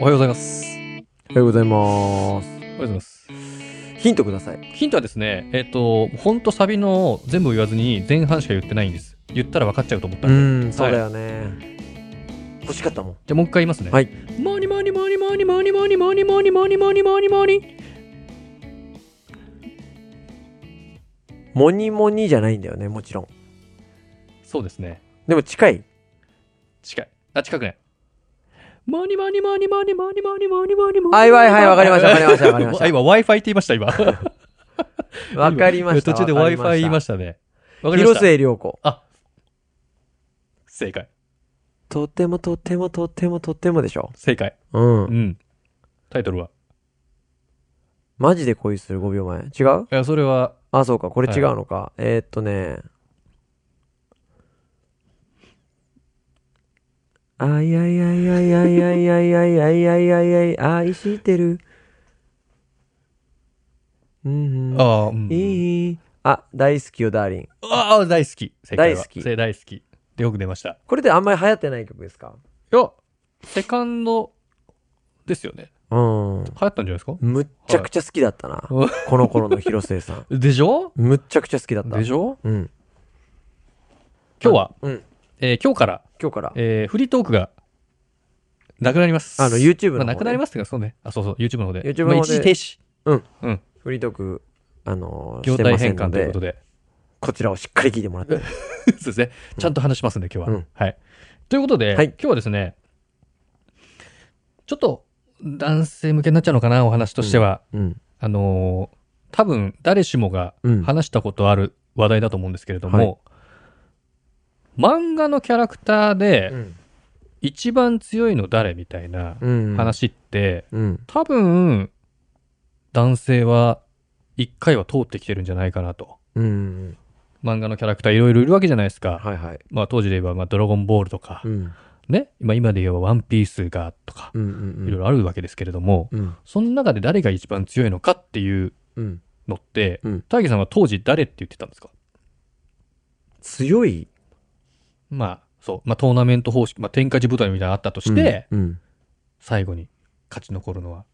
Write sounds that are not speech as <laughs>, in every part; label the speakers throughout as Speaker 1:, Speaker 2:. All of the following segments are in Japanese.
Speaker 1: おはようございます。
Speaker 2: おはようございます。
Speaker 1: おはようございます。
Speaker 2: ヒントください。
Speaker 1: ヒントはですね、えっ、と、ほんとサビの全部言わずに前半しか言ってないんです。言ったら分かっちゃうと思ったんで。
Speaker 2: ん、そうだよね。欲しかったもん。
Speaker 1: じゃあもう一回言いますね。
Speaker 2: はい。
Speaker 1: モーニモーニモーニモーニモーニモーニモーニモーニモーニモーニモーニモーニ
Speaker 2: モニモニじゃないんだよね、もちろん。
Speaker 1: そうですね。
Speaker 2: でも近い。
Speaker 1: 近い。あ、近くない。モーニモーニモーニモーニモーニモーニモーニモーニモーニ
Speaker 2: はいはいはい、わかりました、わかりました、わかりま
Speaker 1: <laughs>
Speaker 2: し
Speaker 1: あ、今 Wi-Fi って言いま
Speaker 2: <laughs>
Speaker 1: した、今。
Speaker 2: た。わかりまし
Speaker 1: <laughs>
Speaker 2: た。
Speaker 1: 途中で Wi-Fi 言いましたね。わ
Speaker 2: た
Speaker 1: かりま
Speaker 2: 広
Speaker 1: した。
Speaker 2: 末涼子。
Speaker 1: 正解。
Speaker 2: とてもとてもとてもとてもでしょ。
Speaker 1: 正解。
Speaker 2: う。
Speaker 1: うんん。タイトルは
Speaker 2: マジで恋する5秒前。違う
Speaker 1: いや、それは、
Speaker 2: あ、そうか、これ違うのか。えーっとね。あいあいあいあいあいあいあいあいあいあいあいあい愛してる。うんうん。
Speaker 1: ああ、うん
Speaker 2: いい。あ、大好きよ、ダーリン。
Speaker 1: ああ、大好き。正解は
Speaker 2: 大好き
Speaker 1: せ大好き。で、よく出ました。
Speaker 2: これであんまり流行ってない曲ですか
Speaker 1: いや、セカンドですよね。
Speaker 2: うん。
Speaker 1: 流行ったんじゃないですか
Speaker 2: むっちゃくちゃ好きだったな。
Speaker 1: うん
Speaker 2: この頃の広末さん。
Speaker 1: でしょ
Speaker 2: むっちゃくちゃ好きだった。
Speaker 1: でしょ
Speaker 2: うん。
Speaker 1: 今日は、
Speaker 2: うん。
Speaker 1: えー今日から、
Speaker 2: 今日から。
Speaker 1: えーフリートークが、なくなります。
Speaker 2: あの YouTube
Speaker 1: まあ
Speaker 2: の方ね
Speaker 1: なくなりますっていうか、そうね。あ、そうそう、YouTube の方で。
Speaker 2: YouTube
Speaker 1: まあ
Speaker 2: の方
Speaker 1: 一
Speaker 2: で
Speaker 1: 時停止。
Speaker 2: フリートーク、あのー、
Speaker 1: 業
Speaker 2: してま
Speaker 1: 態
Speaker 2: せん
Speaker 1: 変
Speaker 2: の
Speaker 1: 換という
Speaker 2: で
Speaker 1: こと、で。
Speaker 2: こちらをしっかり聞いてもらって。
Speaker 1: そうですね。ちゃんと話しますんで、今日は。
Speaker 2: うん
Speaker 1: はい。ということで、
Speaker 2: はい
Speaker 1: 今日はですね、ちょっと、男性向けになっちゃうのかな、お話としては。
Speaker 2: うん。
Speaker 1: あのー多分、誰しもが
Speaker 2: うん。
Speaker 1: 話したことある話題だと思うんですけれども、漫画のキャラクター
Speaker 2: う
Speaker 1: で
Speaker 2: ん
Speaker 1: 一番強いの誰みたいな
Speaker 2: うん。
Speaker 1: 話って、
Speaker 2: うん。
Speaker 1: 多分、男性は一回は通ってきてるんじゃないかなと。
Speaker 2: うん。
Speaker 1: 漫画のキャラクターいろいろいるわけじゃないですか。
Speaker 2: はいはい。
Speaker 1: まあ当時で言えば、まあドラゴンボールとか、
Speaker 2: うん。
Speaker 1: ね、今今で言えばワンピースがとか、
Speaker 2: うん。うん。
Speaker 1: いろいろあるわけですけれども、
Speaker 2: うん。
Speaker 1: その中で誰が一番強いのかっていう
Speaker 2: うん。
Speaker 1: のって
Speaker 2: うん、
Speaker 1: 大義さんは当時誰って言ってたんですか
Speaker 2: 強い
Speaker 1: まあ、そう。まあ、トーナメント方式、まあ、天下地舞台みたいなのあったとして、
Speaker 2: うんうん。
Speaker 1: 最後に勝ち残るのは、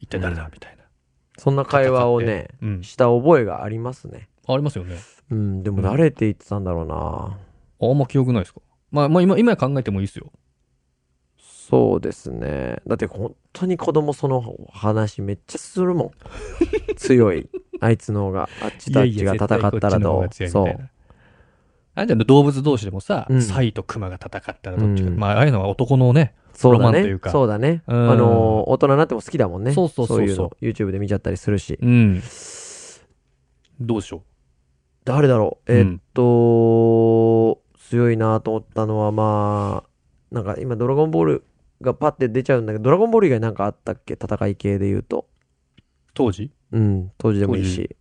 Speaker 1: 一体誰だみたいな。
Speaker 2: そんな会話をね、
Speaker 1: うん。
Speaker 2: した覚えがありますね。
Speaker 1: ありますよね。
Speaker 2: うん。でも誰って言ってたんだろうな。
Speaker 1: あんま記憶ないですかまあ、まあ、今、今考えてもいいですよ。
Speaker 2: そうですね。だって本当に子供その話めっちゃす
Speaker 1: <laughs>
Speaker 2: るもん。強い。あいつの方が、あっちとあっちが戦ったらどう。
Speaker 1: そ
Speaker 2: そうう。。
Speaker 1: あれじゃん動物同士でもさ、
Speaker 2: うん
Speaker 1: サイとクマが戦ったらどっちか。
Speaker 2: うん
Speaker 1: まあ、ああいうのは男のね、
Speaker 2: そうだ
Speaker 1: ロマンとい
Speaker 2: ね
Speaker 1: う。か
Speaker 2: そうだね。あ
Speaker 1: うん
Speaker 2: のー、大人になっても好きだもんね。
Speaker 1: そうそうそうそう
Speaker 2: いうの YouTube で見ちゃったりするし。
Speaker 1: うん。どうでしょ
Speaker 2: 誰だろう
Speaker 1: う
Speaker 2: え
Speaker 1: う
Speaker 2: っ
Speaker 1: ん
Speaker 2: と、強いなと思ったのは、まあ、なんか今、ドラゴンボールがパッて出ちゃうんだけど、ドラゴンボール以外なんかあったっけ戦い系で言うと。
Speaker 1: 当時
Speaker 2: うん、当時でもいいし。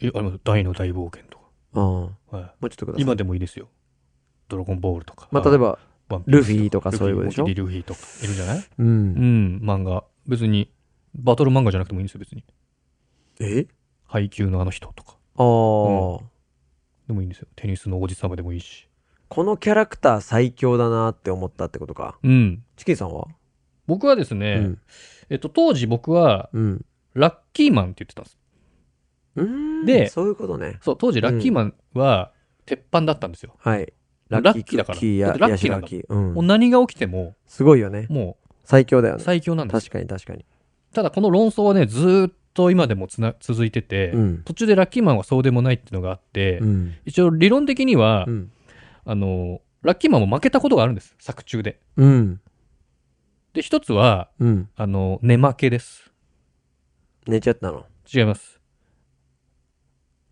Speaker 1: え、あの、大の大冒険と
Speaker 2: うん。も
Speaker 1: か。は
Speaker 2: うちょっとくださ
Speaker 1: い、
Speaker 2: い。
Speaker 1: 今でもいいですよ。ドラゴンボールとか。
Speaker 2: まあ、例えば、
Speaker 1: ば
Speaker 2: ルフィとかそういうことでしょ。
Speaker 1: ルフィとかいるんじゃないううんん、漫画。別に、バトル漫画じゃなくてもいいんですよ、別に。
Speaker 2: え
Speaker 1: 配給のあの人とか。
Speaker 2: あー
Speaker 1: でもいいんですよ。テニスのおじさまでもいいし。
Speaker 2: このキャラクター最強だなって思ったってことか。
Speaker 1: うん。
Speaker 2: チキンさんは
Speaker 1: 僕はですね、
Speaker 2: うん。
Speaker 1: えっと、当時僕は、
Speaker 2: うん。
Speaker 1: ラッキーマンって言ってたんです。
Speaker 2: うーん。
Speaker 1: で
Speaker 2: そういうことね。
Speaker 1: そう、当時ラッキーマンは、鉄板だったんですよ。
Speaker 2: はい。
Speaker 1: ラッキーだから
Speaker 2: クッキー
Speaker 1: だっ
Speaker 2: や
Speaker 1: てラッ
Speaker 2: ヤ
Speaker 1: キー
Speaker 2: シ
Speaker 1: な
Speaker 2: ラ
Speaker 1: んだ
Speaker 2: ッキー。うん
Speaker 1: もう。何が起きても、
Speaker 2: すごいよね。
Speaker 1: も
Speaker 2: 最強だよ
Speaker 1: う
Speaker 2: ね。
Speaker 1: 最強なんです
Speaker 2: 確かに確かに。
Speaker 1: ただこの論争はね、ずーっと今でもつな続いてて、
Speaker 2: うん。
Speaker 1: 途中でラッキーマンはそうでもないっていうのがあって、
Speaker 2: うん。
Speaker 1: 一応理論的には、
Speaker 2: うん。
Speaker 1: あの、ラッキーマンも負けたことがあるんです、作中で。
Speaker 2: うん。
Speaker 1: で、一つは、
Speaker 2: うん。
Speaker 1: あの、寝負けです。
Speaker 2: 寝ちゃったの。
Speaker 1: 違います。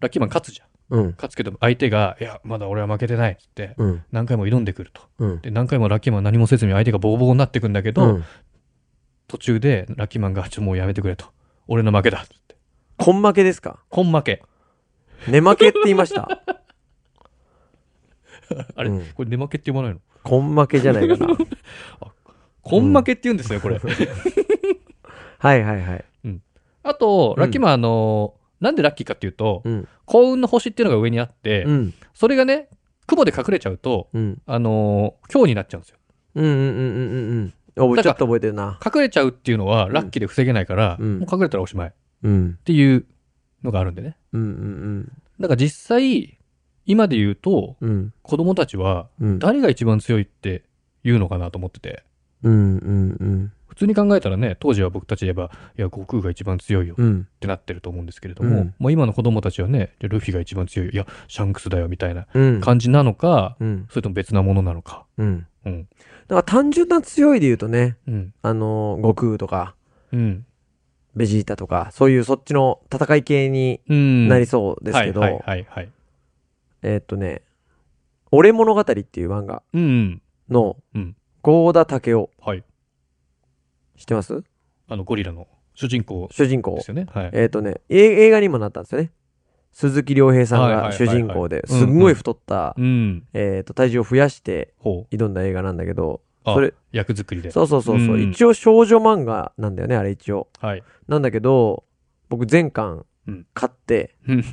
Speaker 1: ラッキーマン勝つじゃん。
Speaker 2: うん。
Speaker 1: 勝つけど、相手が、いや、まだ俺は負けてないっつって、
Speaker 2: うん。
Speaker 1: 何回も挑んでくると。
Speaker 2: うん。
Speaker 1: で、何回もラッキーマン何もせずに相手がボコボコになってくんだけど、
Speaker 2: うん
Speaker 1: 途中でラッキーマンが、ちょ、もうやめてくれと。俺の負けだっつって。
Speaker 2: こん負けですか
Speaker 1: 根負け。
Speaker 2: 寝負けって言いました。 <laughs>
Speaker 1: あれ、
Speaker 2: うん
Speaker 1: これ寝負けって言わないの
Speaker 2: こん負けじゃないかな。
Speaker 1: 根負けって言うんですね、これ。
Speaker 2: はいはいはい。
Speaker 1: あと、
Speaker 2: うん
Speaker 1: ラッキーマン、あの、なんでラッキーかっていうと
Speaker 2: う、ん。
Speaker 1: 幸運の星っていうのが上にあって
Speaker 2: う、ん。
Speaker 1: それがね、雲で隠れちゃうと、
Speaker 2: うん。
Speaker 1: あのー、今日になっちゃうんですよ。
Speaker 2: うんうんうんうんうんうん。覚えちょっと覚えてるな。
Speaker 1: 隠れちゃうっていうのは、ラッキーで防げないから、
Speaker 2: うん
Speaker 1: もう隠れたらおしまいっ
Speaker 2: うん。
Speaker 1: ていうのがあるんでね。
Speaker 2: うんうん
Speaker 1: だから実際、今で言うと、
Speaker 2: うん。うん。
Speaker 1: 子供たちは、
Speaker 2: うん。
Speaker 1: 誰が一番強いって言うのかなと思ってて。
Speaker 2: うんうんうん。
Speaker 1: 普通に考えたらね、当時は僕たちで言えば、いや、悟空が一番強いよっ
Speaker 2: うん。
Speaker 1: てなってると思うんですけれども、
Speaker 2: うん
Speaker 1: まあ今の子供たちはね、じゃあルフィが一番強いよ、いや、シャンクスだよみたいな
Speaker 2: うん。
Speaker 1: 感じなのか、
Speaker 2: うん。
Speaker 1: それとも別なものなのか。
Speaker 2: うん。
Speaker 1: うん。
Speaker 2: だから単純な強いで言うとね、
Speaker 1: うん。
Speaker 2: あのー、悟空とか、
Speaker 1: うん。
Speaker 2: ベジータとか、そういうそっちの戦い系に
Speaker 1: うん。
Speaker 2: なりそうですけど、
Speaker 1: はいはいはい、はい。
Speaker 2: えーっとね、俺物語っていう漫画
Speaker 1: うんうん。
Speaker 2: の
Speaker 1: うん、
Speaker 2: ゴーダタケオ、
Speaker 1: はい。
Speaker 2: 知ってます
Speaker 1: あの、ゴリラの主人公
Speaker 2: 主人公
Speaker 1: で。すよね。はい。
Speaker 2: えーっとね、え映画にもなったんですよね。鈴木亮平さんが主人公で、
Speaker 1: はいはいはいはい
Speaker 2: すんごい太った、
Speaker 1: うん。
Speaker 2: えーっと、体重を増やして
Speaker 1: ほ
Speaker 2: 挑んだ映画なんだけど、
Speaker 1: う。あ、
Speaker 2: それ、
Speaker 1: 役作りで。
Speaker 2: そうそうそうそう、
Speaker 1: うん
Speaker 2: 一応少女漫画なんだよね、あれ一応。
Speaker 1: はい。
Speaker 2: なんだけど、僕全巻
Speaker 1: うん
Speaker 2: 買って
Speaker 1: うん。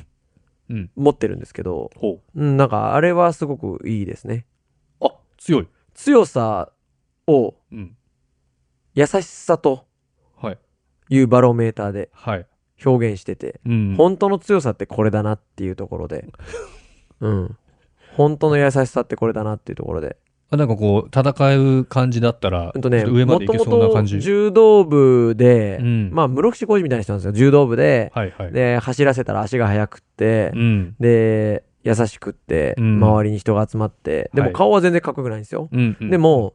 Speaker 1: うん。
Speaker 2: 持ってるんですけど、
Speaker 1: ほ
Speaker 2: うん、なんかあれはすごくいいですね。
Speaker 1: う。あ、強い。
Speaker 2: 強さを
Speaker 1: うん。
Speaker 2: 優しさと
Speaker 1: はい。
Speaker 2: いうバロメーターで
Speaker 1: はい。
Speaker 2: 表現してて、
Speaker 1: うん。
Speaker 2: 本当の強さってこれだなっていうとこ
Speaker 1: <laughs>
Speaker 2: ろで、うん。本当の優しさってこれだなっていうところで。
Speaker 1: あなんかこう、戦う感じだったら、
Speaker 2: うんとね、
Speaker 1: ちょっと上ま
Speaker 2: も
Speaker 1: で
Speaker 2: と
Speaker 1: 行け
Speaker 2: も
Speaker 1: そうな感
Speaker 2: と
Speaker 1: じ。
Speaker 2: 柔道部で、
Speaker 1: うん
Speaker 2: まあ、室伏浩二みたいな人なんですよ。柔道部で、
Speaker 1: はいはい。
Speaker 2: で、走らせたら足が速くって、
Speaker 1: うん。
Speaker 2: で、優しくって、
Speaker 1: うん
Speaker 2: 周りに人が集まって、で
Speaker 1: は
Speaker 2: も
Speaker 1: い
Speaker 2: 顔は全然かっこよくないんですよ。
Speaker 1: うん、うん。
Speaker 2: で、も、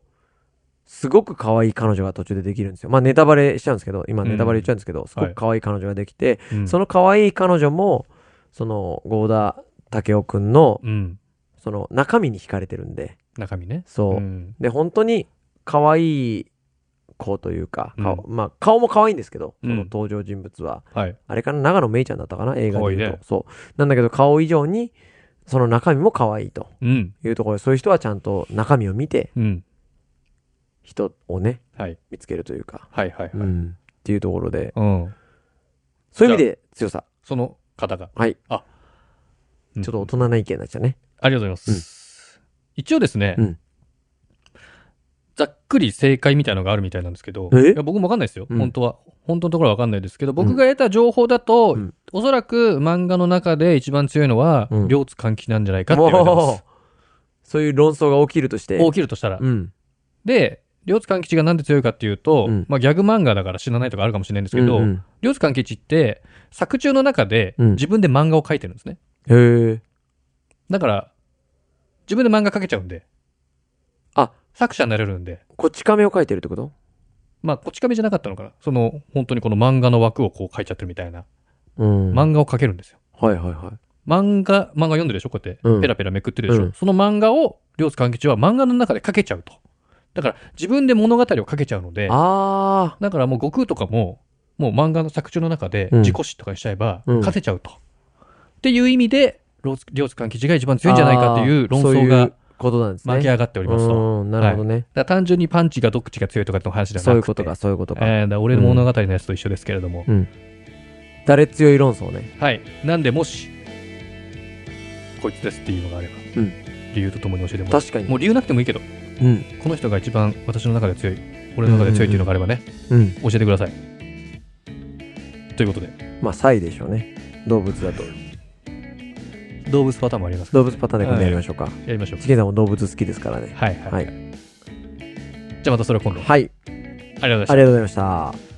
Speaker 2: すごく可愛い彼女が途中でできるんですよ。まあネタバレしちゃうんですけど、今ネタバレ言っちゃうんですけど、すごく可愛い彼女ができて、
Speaker 1: うん、
Speaker 2: その可愛い彼女も、その、合田武雄くんの、
Speaker 1: うん。
Speaker 2: その、中身に惹かれてるんで、
Speaker 1: 中身ね。
Speaker 2: そう。
Speaker 1: ん。
Speaker 2: で、本当に可愛い子というか、顔、まあ顔も可愛いんですけど、その登場人物は。
Speaker 1: はい。
Speaker 2: あれかな、長野めいちゃんだったかな、映画
Speaker 1: 可愛
Speaker 2: で言うと。
Speaker 1: いね
Speaker 2: そう。なんだけど、顔以上に、その中身も可愛いと
Speaker 1: うん。
Speaker 2: いうところで、そういう人はちゃんと中身を見て、
Speaker 1: うん。
Speaker 2: 人をね、
Speaker 1: はい。
Speaker 2: 見つけるというか、
Speaker 1: はいはいはい。
Speaker 2: うん、っていうところで、
Speaker 1: うん。
Speaker 2: そういう意味で強さ。
Speaker 1: その方が。
Speaker 2: はい。
Speaker 1: あうん
Speaker 2: ちょっと大人な意見になっちゃうね。
Speaker 1: ありがとうございます。一応ですね、
Speaker 2: うん
Speaker 1: ざっくり正解みたいのがあるみたいなんですけど、
Speaker 2: え
Speaker 1: いや僕もわかんないですよ、
Speaker 2: うん
Speaker 1: 本当は。本当のところはわかんないですけど、僕が得た情報だと、
Speaker 2: うん
Speaker 1: おそらく漫画の中で一番強いのは、
Speaker 2: うん
Speaker 1: 両津換気なんじゃないかって言われてます
Speaker 2: おー。 <laughs> そういう論争が起きるとして。
Speaker 1: 起きるとしたら。
Speaker 2: うん。
Speaker 1: で、両津勘吉がなんで強いかっていうと、
Speaker 2: うん
Speaker 1: まあギャグ漫画だから知らないとかあるかもしれないんですけど、
Speaker 2: うん
Speaker 1: 両津勘吉って作中の中で
Speaker 2: うん
Speaker 1: 自分で漫画を描いてるんですね。
Speaker 2: うんへえ。
Speaker 1: だから、自分で漫画描けちゃうんで、
Speaker 2: あ、
Speaker 1: 作者になれるんで、
Speaker 2: こち亀を書いてるってこと
Speaker 1: まあ、こち亀じゃなかったのかな。その、本当にこの漫画の枠をこう描いちゃってるみたいな、
Speaker 2: うん。はい
Speaker 1: 漫画を描けるんですよ。
Speaker 2: はいはい。
Speaker 1: 漫画、漫画読んでるでしょこうやっ
Speaker 2: うん
Speaker 1: て、ペラペラめくってるでしょ、
Speaker 2: うん
Speaker 1: その漫画を、両津勘吉は漫画の中で描けちゃうと。だから、自分で物語を描けちゃうので、
Speaker 2: あ
Speaker 1: だからもう悟空とかも、もう漫画の作中の中で
Speaker 2: うん
Speaker 1: 自己死とかにしちゃえば、
Speaker 2: うん
Speaker 1: 勝てちゃうと。っていう意味で、ロース両津勘吉が一番強いんじゃないかっていう
Speaker 2: あー
Speaker 1: 論
Speaker 2: そうい
Speaker 1: 争
Speaker 2: う
Speaker 1: が
Speaker 2: ことなんですね。
Speaker 1: 巻き上がっておりますと。だか
Speaker 2: うん、なるほどね。
Speaker 1: ら単純にパンチがどっちが強いとかの話じゃなくて。
Speaker 2: そういうことか、そういうことか。
Speaker 1: えーだから俺の物語のやつと一緒ですけれども。
Speaker 2: うん。誰強い論争ね。
Speaker 1: はい。なんで、もし、こいつですっていうのがあれば、
Speaker 2: うん
Speaker 1: 理由とともに教えてもらう。
Speaker 2: 確かに。
Speaker 1: もう理由なくてもいいけど、
Speaker 2: うん。
Speaker 1: この人が一番私の中で強い、俺の中で強いっていうのがあればね、
Speaker 2: うん。
Speaker 1: 教えてください。ということで、
Speaker 2: まあ、サイでしょうね。動物だと。
Speaker 1: 動物パターンもあります
Speaker 2: 動物パターンで考えましょうか。
Speaker 1: やりましょう。
Speaker 2: チキンさんも動物好きですからね。
Speaker 1: はいはい。
Speaker 2: は
Speaker 1: はいい、じゃあまたそれは今度。あり
Speaker 2: は
Speaker 1: が
Speaker 2: い。
Speaker 1: とうございました
Speaker 2: ありがとうございました。